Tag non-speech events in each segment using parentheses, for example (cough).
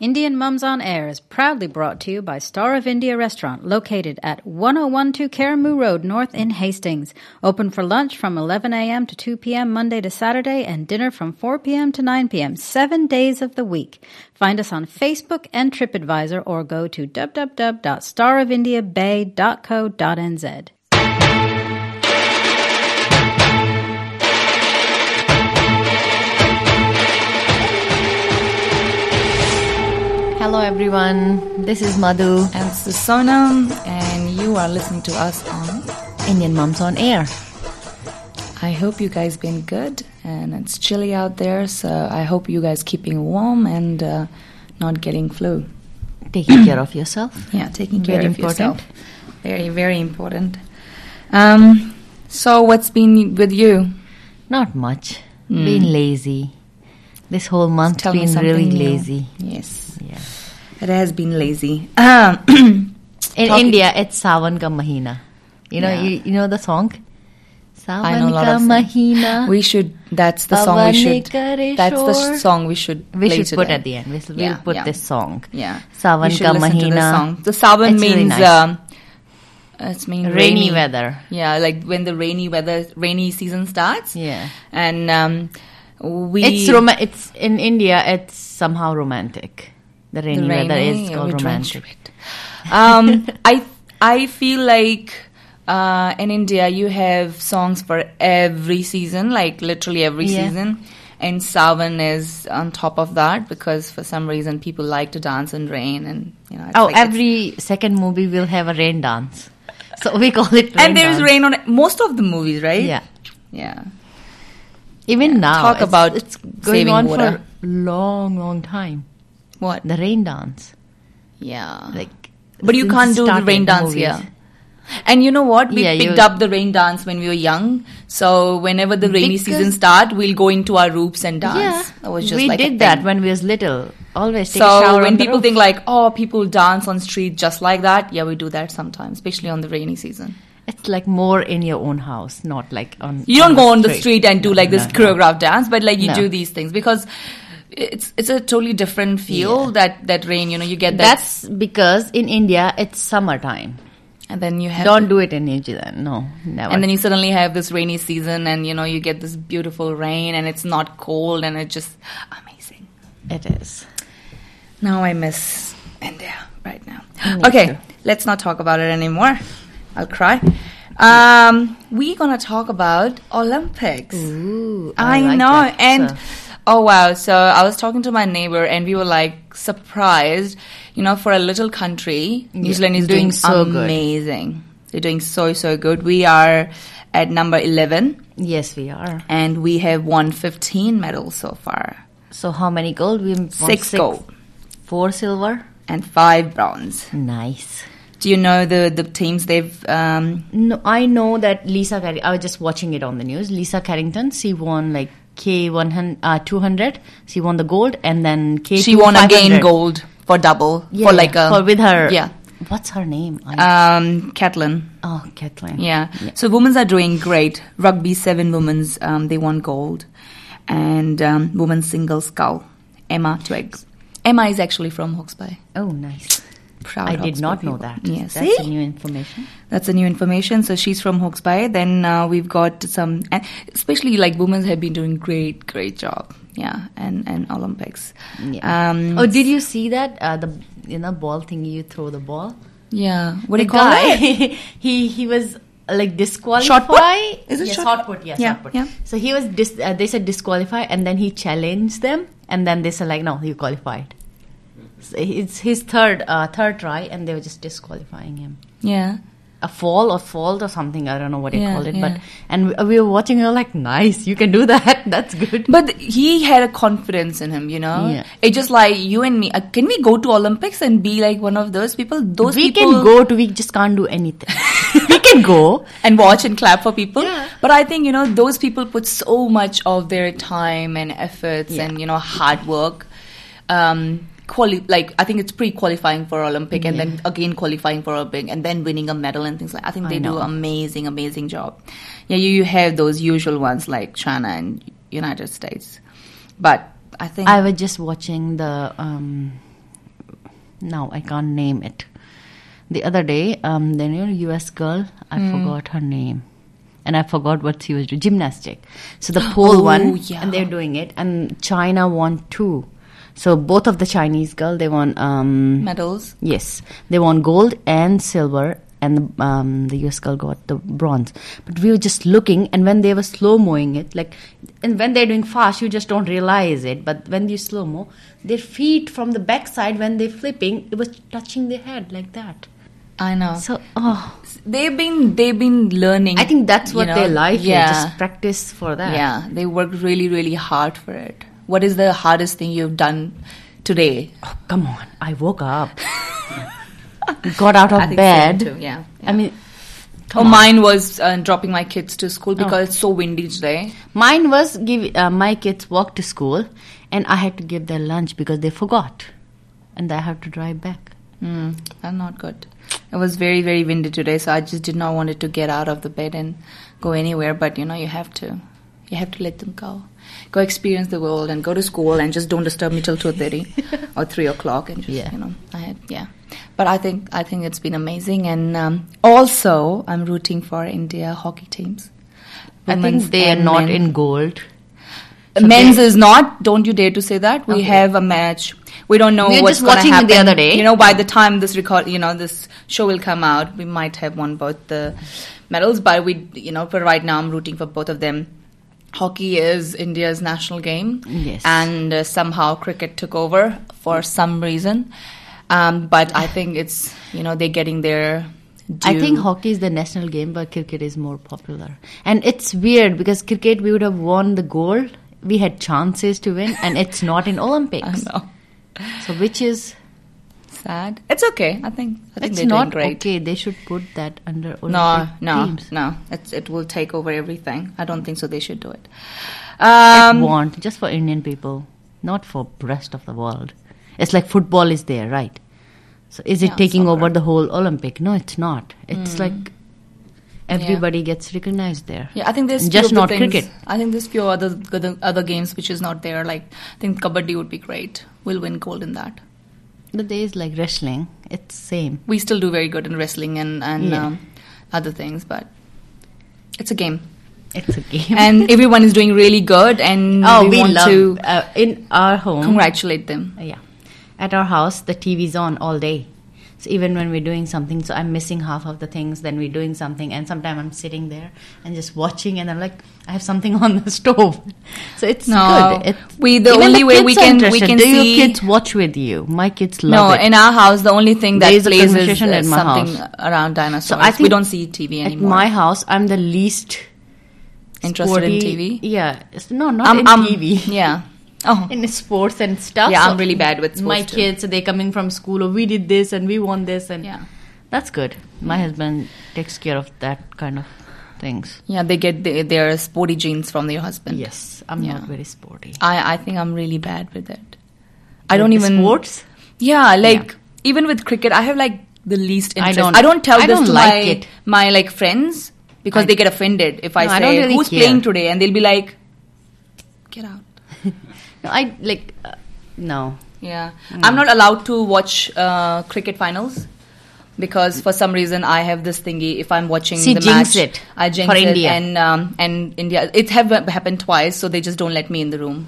Indian Mums on Air is proudly brought to you by Star of India Restaurant, located at 1012 Karamu Road North in Hastings. Open for lunch from 11 a.m. to 2 p.m. Monday to Saturday and dinner from 4 p.m. to 9 p.m. seven days of the week. Find us on Facebook and TripAdvisor or go to www.starofindiabay.co.nz. Hello everyone, this is Madhu And this is Sonam, and you are listening to us on. Indian Moms on Air. I hope you guys been good, and it's chilly out there, so I hope you guys keeping warm and uh, not getting flu. (clears throat) Taking care of yourself. Yeah, taking care Very of important. yourself. Very, very important. Um, so what's been with you? Not much. Been lazy. This whole month Hmm. Tell me been something really new. lazy. Yes, Yeah. it has been lazy. (clears throat) Um, In Talk- India, it's Sawan ka Mahina. You know, Yeah. you, you know the song. I Sawan know a lot ka of songs. Mahina. (laughs) we should. That's the song we Pawan should. Kare That's the Shore. sh- song we should. We play should p today. put at the end. We'll, we'll Yeah, put yeah. this song. Yeah. Sawan You should ka listen to mahina. the song. The sawan It's means really nice. um, it means Rainy, rainy. weather. Yeah, like when the rainy weather, rainy season starts. Yeah. And um, we It's rom- It's in India. It's somehow romantic. The the rainy, weather is rainy, called we drenched romantic. with. Um, (laughs) I I feel like uh, in India you have songs for every season, like literally every Yeah. season. And Savan is on top of that because for some reason people like to dance in rain and you know. It's Oh, like it's- every second movie will have a rain dance. So we call it rain and there is dance. rain on most of the movies, right? Yeah. yeah. Even now. Talk it's- about it's going saving on water. for long, long time. What? The rain dance. Yeah, Like but you since can't do the started rain dance movies. here. And you know what? We Yeah, you- picked up the rain dance when we were young. So whenever the rainy Because- season start, we'll go into our roofs and dance. Yeah. That was just we like a did thing. that when we was little. Always take a so shower on when the people roof. think like, oh, people dance on street just like that, yeah, we do that sometimes, especially on the rainy season. it's like more in your own house, not like on You don't go on the street. street and do like this Oh, no, no. choreographed dance, but like you No. do these things because it's it's a totally different feel Yeah. that that rain. You know, you get that, That's because in India it's summertime. and then you have Don't do it in New Zealand. No, never. And then you suddenly have this rainy season, and you know you get this beautiful rain, and it's not cold, and it's just amazing. it is. Now I miss India right now. Me okay, too. let's not talk about it anymore. I'll cry. Um, we're gonna talk about Olympics. Ooh, I, like know, that. and So- oh wow! So I was talking to my neighbor, and we were like surprised. You know, for a little country, New Yeah, Zealand is doing doing, so good. amazing. They're doing so so good. We are at number eleven. yes, we are. and we have won 15 medals so far So how many gold? We won six gold four silver. and five bronze Nice. do you know the the teams they've um No, I know that Lisa. Carri- I was just watching it on the news. Lisa Carrington, she won like K one hundred, uh, two hundred. She won the gold, and then K. she won again gold for double for like a for with her. yeah What's her name? I- um Catlin oh, Kathleen. yeah. so women's are doing great rugby seven women's um they won gold and um women's single skull Emma Twiggs Emma is actually from Hawke's Bay Oh, nice. proud I did Hawke's not Bay know people. that. yeah that's see? a new information. That's the new information. So she's from Hawke's Bay. Then uh, we've got some, and especially like women have been doing great, great job. Yeah, and and Olympics. Yeah. Um, oh, did you see that? Uh, the you know ball thingy. You throw the ball. yeah. What the do you call guy, it? (laughs) he he was uh, like disqualified. Shot put? Is it yes, shot shot put? Yes, Yeah, shot put. yeah. So he was dis- uh, they said disqualify, and then he challenged them, and then they said like, no, you qualified. So it's his third uh, third try, and they were just disqualifying him. Yeah, A fall or fault or something. I don't know what they Yeah, called it, but yeah. and we- we were watching. We were like, nice, you can do that. (laughs) That's good. but he had a confidence in him. You know, Yeah. it's just like you and me. Uh, can we go to Olympics and be like one of those people? Those we people can go to. We just can't do anything. (laughs) we can go. and watch and clap for people. Yeah. But I think, you know, those people put so much of their time and efforts Yeah. and, you know, hard work um, quali- like I think it's pre-qualifying for Olympic and then again qualifying for Olympic and then winning a medal and things like. I think I they do know. amazing, amazing job. Yeah, you, you have those usual ones like China and United States, but I think I was just watching the. Um, now I can't name it. The other day, um, the new U.S. girl, I Hmm. forgot her name, and I forgot what she was doing. Gymnastic. So (gasps) the pole Oh, one, yeah. and they're doing it, and China won two. So both of the Chinese girl, they won. Um, medals. Yes, they won gold and silver, and um, the US girl got the bronze. But we were just looking, and when they were slow moing it, like, and when they're doing fast, you just don't realize it. But when you slow mo, their feet from the backside, when they're flipping, it was touching their head like that. I know So, oh, they've been they've been learning. I think that's you what know? their life Yeah. is. Just practice for that. Yeah, they worked really, really hard for it. What is the hardest thing you've done today? Oh, come on. I woke (laughs) up, got out of I think bed. same too, yeah. I mean, Oh, mine was uh, dropping my kids to school because it's so windy today. Mine was give uh, my kids walk to school, and I had to give their lunch because they forgot, and I had to drive back. Mm, I'm not good. It was very, very windy today, so I just did not wanted to get out of the bed and go anywhere. But you know, you have to, you have to let them go, go experience the world and go to school and just don't disturb me till two (laughs) thirty or three o'clock and just Yeah. you know, I had, yeah. But I think I think it's been amazing, and um, also I'm rooting for India hockey teams. I think Women's they are and not men. in gold. men's is not. Don't you dare to say that. We have a match. We don't know We were what's just gonna watching it the happen. other day. You know, by the time this record, you know, this show will come out, we might have won both the medals. But we, you know, for right now, I'm rooting for both of them. Hockey is India's national game, Yes. and uh, somehow cricket took over for some reason. Um, (sighs) but I think it's you know they're getting their. Due. I (laughs) think hockey is the national game, but cricket is more popular. And it's weird because cricket we would have won the gold. We had chances to win, and it's not in (laughs) Olympics. I know. So which is sad. It's okay. I think I think it's they're doing not great. okay. They should put that under Olympic No, no, teams. no. It's, it will take over everything. I don't think so. They should do it. it Um, want just for Indian people, not for rest of the world. It's like football is there, right? So is it Yeah, Mm. taking soccer. over the whole Olympic? No, it's not. It's like everybody gets recognized there. yeah, I think there's few just of the not things- cricket. I think there's few other other- other games which is not there. Like I think kabaddi would be great. We'll win gold in that. But there is like wrestling. It's same. We still do very good in wrestling and and Yeah. um, other things, but it's a game, It's (laughs) a game. and everyone is doing really good. And oh, we, want love to uh, in our home. congratulate them. Uh, Yeah. At our house, the TV's on all day. So even when we're doing something, so I'm missing half of the things, then we're doing something, and sometimes I'm sitting there and just watching, and I'm like, I have something (laughs) on the stove. So it's No. good. It's, We- the even only way kids we are can- we interested. can Do see- your kids watch with you? My kids love no, it. in our house, the only thing that There is a plays is conversation uh, at my something house. around so dinosaurs. I think we don't see TV at anymore. my house. I'm the least Interested sporty- in TV? Yeah, It's- no, not I'm- in I'm- TV. (laughs) Yeah. Oh, in sports and stuff. Yeah, So I'm really bad with sports my too. kids. They coming from school. Or we did this and we won this and Yeah. that's good. My husband takes care of that kind of things. Yeah, they get the, their sporty genes from their husband. Yes, I'm Yeah. not very sporty. I, I think I'm really bad with it. I don't Like even sports. Yeah, like even with cricket, I have like the least I interest. I don't. don't- tell I this don't to like my it. my like friends because I- they get offended if I No, say I don't really who's care. playing today, and they'll be like, "Get out." No, I like uh, no. Yeah, Hmm. I'm not allowed to watch uh, cricket finals because for some reason I have this thingy. If I'm watching She the jinx match, it I jinx for it, India. and um, and India. It have happened twice, so they just don't let me in the room.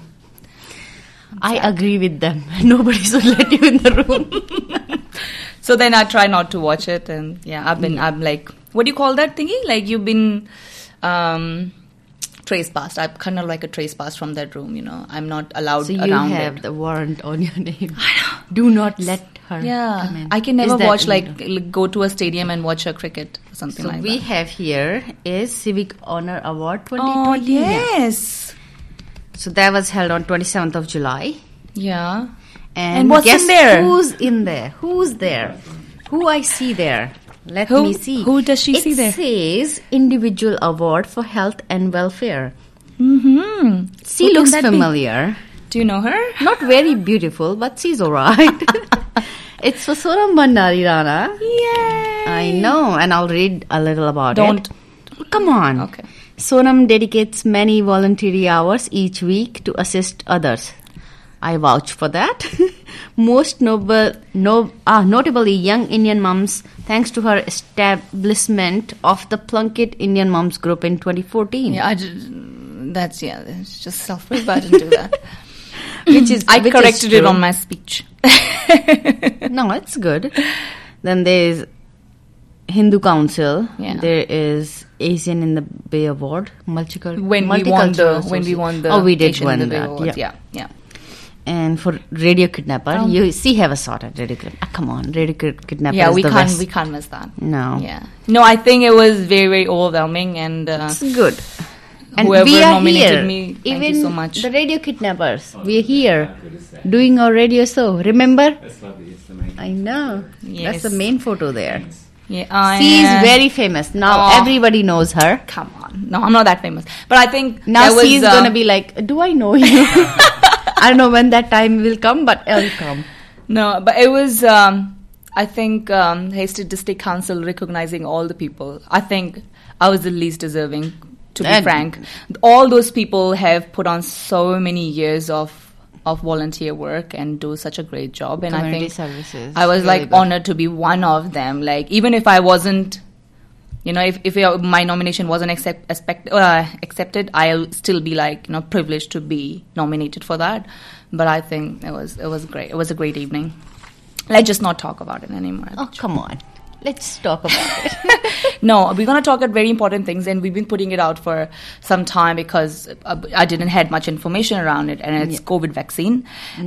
I agree with (laughs) them. Nobody should let you in the room. So then I try not to watch it, and yeah, I've Hmm. been I'm like, what do you call that thingy? Like you've been um, trace past. I'm kind of like a trace past from that room. You know, I'm not allowed (laughs) so you around have it. the warrant on your name. Do not let her. come Yeah, in. I can Is never that watch illegal? like l- go to a stadium and watch a cricket or something So like we that. have here is Civic Honor Award 2020. Oh yes, So that was held on 27th of July. yeah. And, And what's in guess there? Who's in there? Who's there? Who I see there? Let Who- me see. who does she it see there? says individual award for health and welfare. Hmm. She Who can looks that be? familiar. Do you know her? Not very beautiful, but she's (laughs) alright. it's Swasoram Bandari Rana. Yay! I know, and I'll read a little about Don't. it. Come on. Okay. Sonam dedicates many voluntary hours each week to assist others. I vouch for that. (laughs) Most noble, no, ah, notably young Indian mums, thanks to her establishment of the Plunket Indian Mums Group in 2014, Yeah, I ju- that's yeah. It's just self-praise, but I didn't do that. (laughs) which is I which is corrected it true. on (laughs) my speech. no, it's good. Then there's Hindu Council. Yeah. There is Asian in the Bay Award. Multicultural. when we won the when we won the oh, we did Asian win Debate that. Award. Yeah. yeah, yeah. And for Radio Kidnapper, you see, have a sort of Radio Kidnapper. Ah, come on, Radio Kid- Kidnapper. Um, Yeah, is we the can't best. we can't miss that. No. Yeah. No, I think it was very very overwhelming and uh, It's good. And Whoever we are nominated here. me, thank you Even so much. the Radio Kidnappers, we are here doing our radio show. Remember? That's lovely. It's the main. I know. Yes. That's the main photo there. yeah. I She is am- very famous. Now Aw. everybody knows her. Come on. No, I'm not that famous, but I think Now there was, she's uh, gonna be like, Do I know you? (laughs) I don't know when that time will come, but it'll come. No, but it was. Um, I think um, Hastings District Council recognizing all the people. I think I was the least deserving, to be And- frank. All those people have put on so many years of of volunteer work and do such a great job, and I Community think services. I was Really like good. honored to be one of them. Like even if I wasn't. You know, if, if your- my nomination wasn't accept, expect, uh, accepted, I'll still be like, you know, privileged to be nominated for that. But I think it was it was great. It was a great evening. Let's just not talk about it anymore. Oh come on. Let's talk about it. no, we're gonna talk about very important things, and we've been putting it out for some time because uh, I didn't had much information around it, and it's COVID vaccine.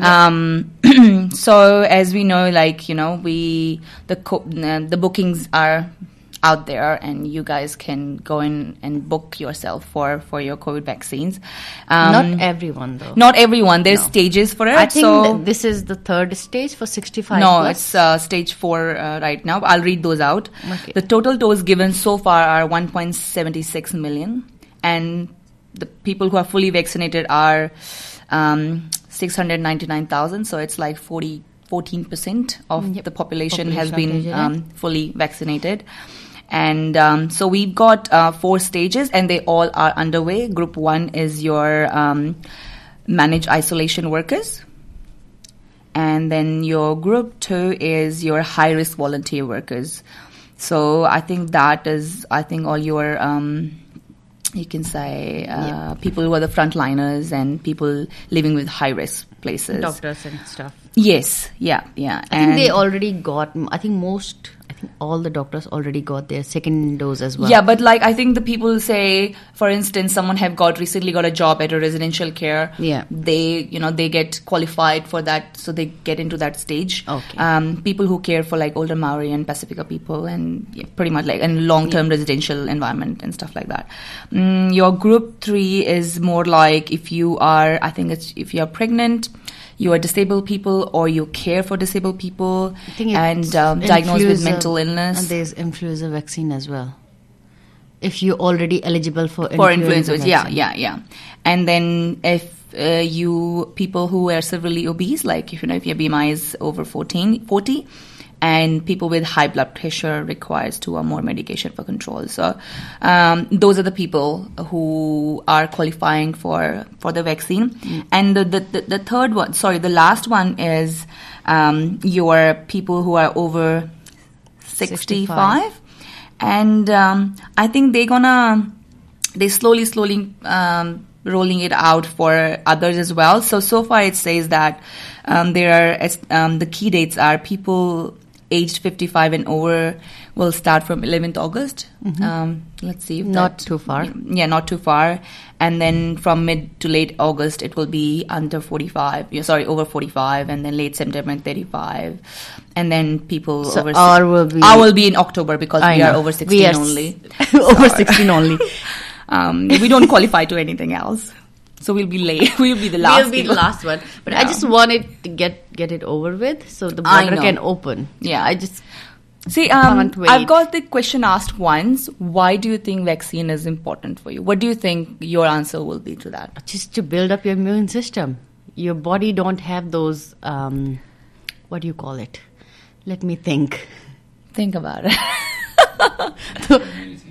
Um, (clears throat) so as we know, like you know, we the co- uh, the bookings are out there, and you guys can go in and book yourself for for your COVID vaccines. Um, Not everyone though. not everyone. There's stages for it. I think so th- this is the third stage for 65 no, plus. it's uh, stage four uh, right now. I'll read those out. Okay. The total dose given so far are 1.76 million, and the people who are fully vaccinated are um, 699,000. So it's like 40, 14% of the population, has Mm, Population, been yeah. um, fully vaccinated. And um, so we've got uh, four stages, and they all are underway. Group one is your um, managed isolation workers. And then your group two is your high risk volunteer workers. So I think that is, I think all your, um, you can say, uh, people who are the frontliners and people living with high risk places. doctors and stuff. Yes, yeah, yeah. I think they And- already got I think most I think all the doctors already got their second dose as well. Yeah, but like I think the people say, for instance, someone have got recently got a job at a residential care. Yeah. they you know they get qualified for that, so they get into that stage. Okay. Um, people who care for like older Maori and Pacifica people, and yeah, pretty much like and long term residential environment and stuff like that. Mm, your group three is more like if you are, I think it's if you are pregnant. You are disabled people, or you care for disabled people, I think it's and um, diagnosed with influenza- mental illness. And there's influenza vaccine as well. If you're already eligible for for influenza influencers. Yeah, vaccine. yeah, yeah. And then if uh, you people who are severely obese, like if you know if your BMI is over 14, 40, and people with high blood pressure requires two or more medication for control. So um, those are the people who are qualifying for for the vaccine. And the, the the the third one, sorry, the last one is um, your people who are over 65 and um, i think they're gonna they slowly slowly um, rolling it out for others as well so so far it says that um, there are as- um, the key dates are people aged 55 and over will start from 11th august um, let's see if Mm-hmm. Not that- too far. yeah not too far and then from mid to late august it will be under 45 yeah, sorry over 45 and then late september 35 and then people So over our will be- our will be in october because I we are know. over We 16 are s- only (laughs) over 16 only. (laughs) um, we don't qualify to anything else so we'll be late (laughs) we'll be the last We'll be the people. last one. But I Yeah. just wanted to get get it over with so the I border know. can open. Yeah. I just see um, Can't wait. i've got the question asked once why do you think vaccine is important for you what do you think your answer will be to that just to build up your immune system. your body don't have those um, what do you call it? Let me think. Think (laughs) about it.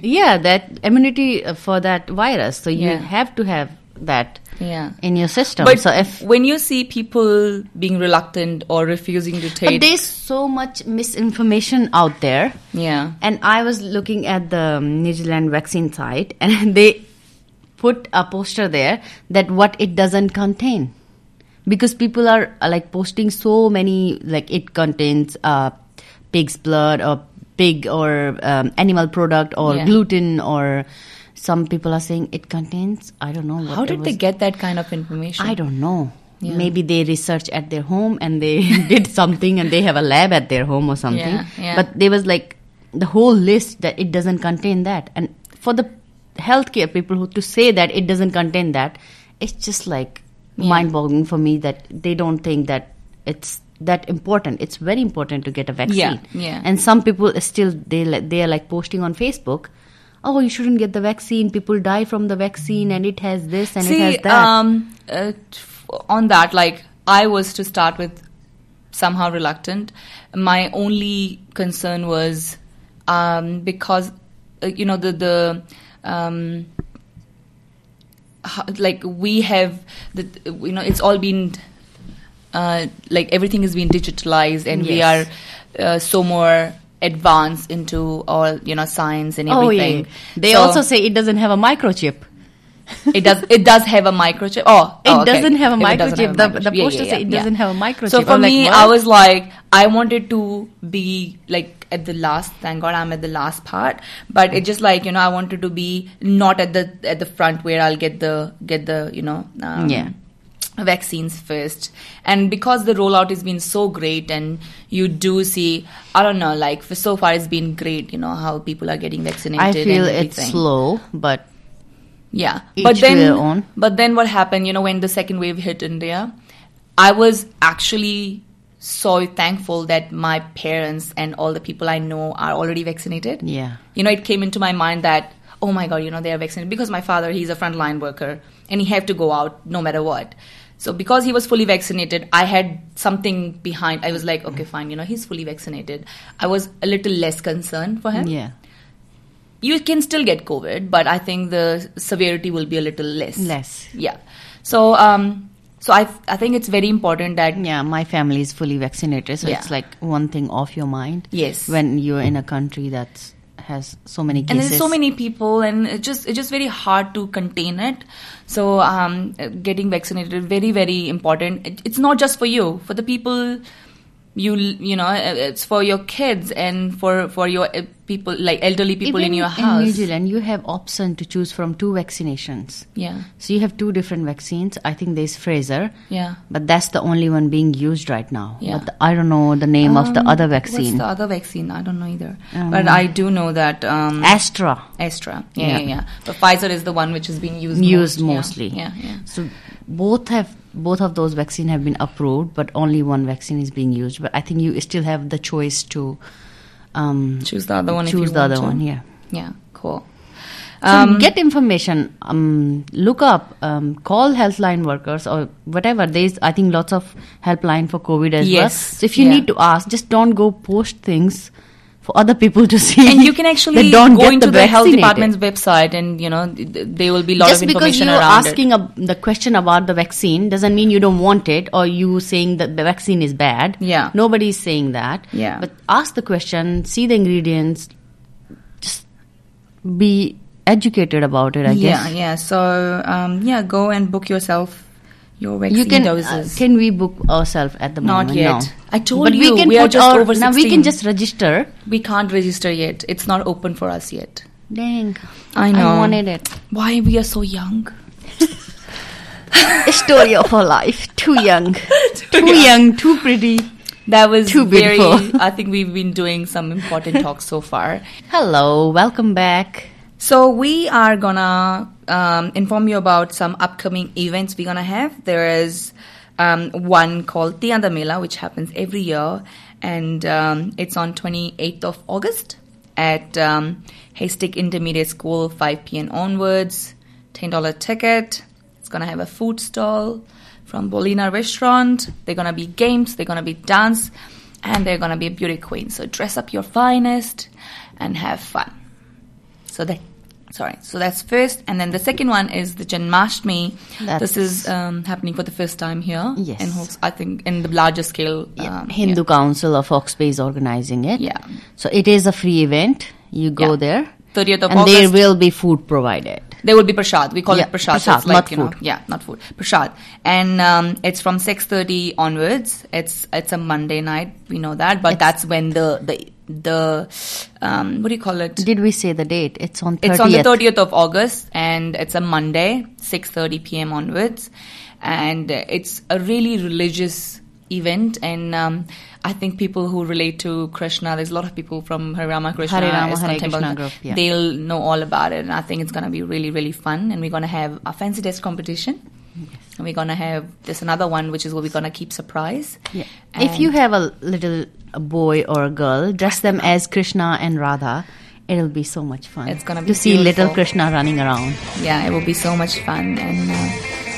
Yeah, that immunity uh, for that virus. So you Yeah. have to have that yeah. in your system. But so if when you see people being reluctant or refusing to but take, there's so much misinformation out there. yeah, And I was looking at the um, New Zealand vaccine site, (laughs) and they put a poster there that what it doesn't contain, because people are uh, like posting so many like it contains uh, pig's blood or pig or um, animal product or Yeah. gluten or some people are saying it contains I don't know. What how it did was. they get that kind of information? I don't know. Yeah. Maybe they research at their home and they (laughs) did something and they have a lab at their home or something. Yeah, yeah. But there was like the whole list that it doesn't contain that. And for the healthcare people who to say that it doesn't contain that, it's just like mind boggling for me that they don't think that it's that important. It's very important to get a vaccine. yeah. And some people still they li- they are like posting on Facebook. Oh, you shouldn't get the vaccine. People die from the vaccine, and it has this and it has See, that. um, uh, t- on that, like I was to start with somehow reluctant. My only concern was um, because uh, you know the the um, ho- like we have the you know it's all been uh, like everything is being digitalized and we Yes. are uh, so more advanced into all you know science and Oh, yeah, everything. yeah. They So- also say it doesn't have a microchip. it does. It does have a microchip. Oh, It oh, okay. doesn't have a If it doesn't microchip, have a the- the microchip. poster say it doesn't have a microchip. So for I'm like, me, what? I was like, I wanted to be like at the last. Thank God, I'm at the last part. But it just like you know, I wanted to be not at the at the front where I'll get the get the you know um, Yeah. vaccines first and because the rollout has been so great and you do see i don't know like for so far it's been great you know how people are getting vaccinated I and feel it's everything. slow, but Yeah, Each but to then their own. but then what happened? You know, when the second wave hit India, I was actually so thankful that my parents and all the people I know are already vaccinated. yeah. You know, it came into my mind that oh my god, you know, they are vaccinated because my father he's a frontline worker and he had to go out no matter what. So because he was fully vaccinated, I had something behind. I was like, okay, fine, you know, he's fully vaccinated. I was a little less concerned for him Yeah. you can still get COVID, but I think the severity will be a little less. Less. Yeah. So, um, so I, I think it's very important that Yeah, my family is fully vaccinated, so Yeah. it's like one thing off your mind. Yes. When you're in a country that has so many and cases. there's so many people, and it's just it's just very hard to contain it. So, um, uh, getting vaccinated is very very important. It, it's not just for you, for the people you l- you know, uh, it's for your kids and for for your uh, people like elderly people Even in your In New house. Zealand, you have option to choose from two vaccinations. yeah, So you have two different vaccines. I think there's Pfizer, yeah. but that's the only one being used right now. Yeah. But I don't know the name of the Um, other vaccine. What's the other vaccine? I don't know either. Um, but I do know that um, Astra. Astra. Yeah, Yeah. yeah, yeah. But Pfizer is the one which is being used used most. Yeah, mostly. Yeah, yeah. So both have both of those vaccine have been approved, but only one vaccine is being used. But I think you still have the choice to um, Choose the other one. if choose you the want other to. Um, one. Yeah. Yeah. (laughs) Cool. So get information. Um, look up. Um, call helpline workers or whatever. There's I think lots of helpline for COVID as well. Yes. So if you Yeah. need to ask, just don't go post things for other people to (laughs) see. And you can They actually don't go get into the the, health vaccinated. department's website, and you know th- th- there will be a lot just of because information you're around it. asking a, the question about the vaccine doesn't mean you don't want it or you saying that the vaccine is bad Yeah. nobody's saying that Yeah. but ask the question see the ingredients just be educated about it i Yeah, guess yeah. So um, yeah, go and book yourself your vaccine you can uh, doses. can we book ourselves at the Not moment yet. No. I told but you, we can we are put just our, over now we can 16. just register we can't register yet. It's not open for us yet. dang I know. i wanted it Why we are so young? story of our life too (laughs) young too, young too pretty That was Too very. beautiful. I think we've been doing some important talks so far. hello welcome back So we are gonna um, inform you about some upcoming events we're gonna have. There is um, one called Tianda Mela, which happens every year, and um, it's on 28th of August at um, Haystack Intermediate School, 5 p.m. onwards. Ten dollar ticket. It's gonna have a food stall. from Bolina restaurant. They're gonna be games, they're gonna be dance, and they're gonna be beauty queens. So dress up your finest and have fun. So that, sorry. So that's first, and then the second one is the Janmashtmi. That's- this is um, happening for the first time here. Yes. in Hawks, I think in the larger scale. Yeah, um, Hindu Council of Oxbay is organizing it. Yeah. So it is a free event. You go Yeah. there. 30th of and there August. will be food provided. There will be prashad. We call Yeah, it prashad. prashad, it's like, not you know, food. yeah, not food. Prashad, and um, it's from six thirty onwards. It's it's a Monday night. We know that, but that's when the the the um, what do you call it? Did we say the date? It's on 30th. It's on the 30th of August and it's a Monday, 6:30 p.m. onwards, and uh, it's a really religious event. And um, I think people who relate to Krishna, there's a lot of people from Hare Rama Krishna, Hare Rama, Islam Hare temple, Krishna group, yeah. they'll know all about it. And I think it's gonna be really, really fun. And we're gonna have a fancy dress competition. And we're gonna have this another one, which is what we're gonna keep surprise. Yeah. If you have a little a boy or a girl, dress them as Krishna and Radha. It'll be so much fun. It's gonna to be see little beautiful. Krishna running around. yeah, it will be so much fun, and uh,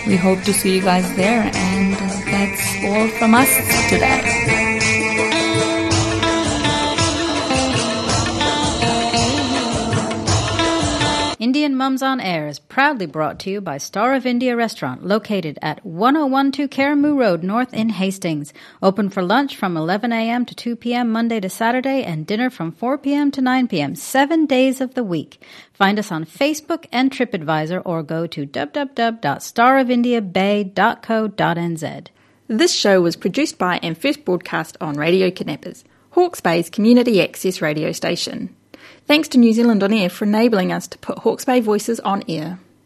we hope to see you guys there. And uh, that's all from us today. Indian Mums on Air is proudly brought to you by Star of India Restaurant, located at 1012 Karamu Road North in Hastings. Open for lunch from 11 a.m. to 2 p.m. Monday to Saturday and dinner from 4 p.m. to 9 p.m. seven days of the week. Find us on Facebook and TripAdvisor or go to www.starofindiabay.co.nz. This show was produced by and first broadcast on Radio Kidnappers, Hawke's Bay's community access radio station. Thanks to New Zealand On Air for enabling us to put Hawke's Bay voices on air.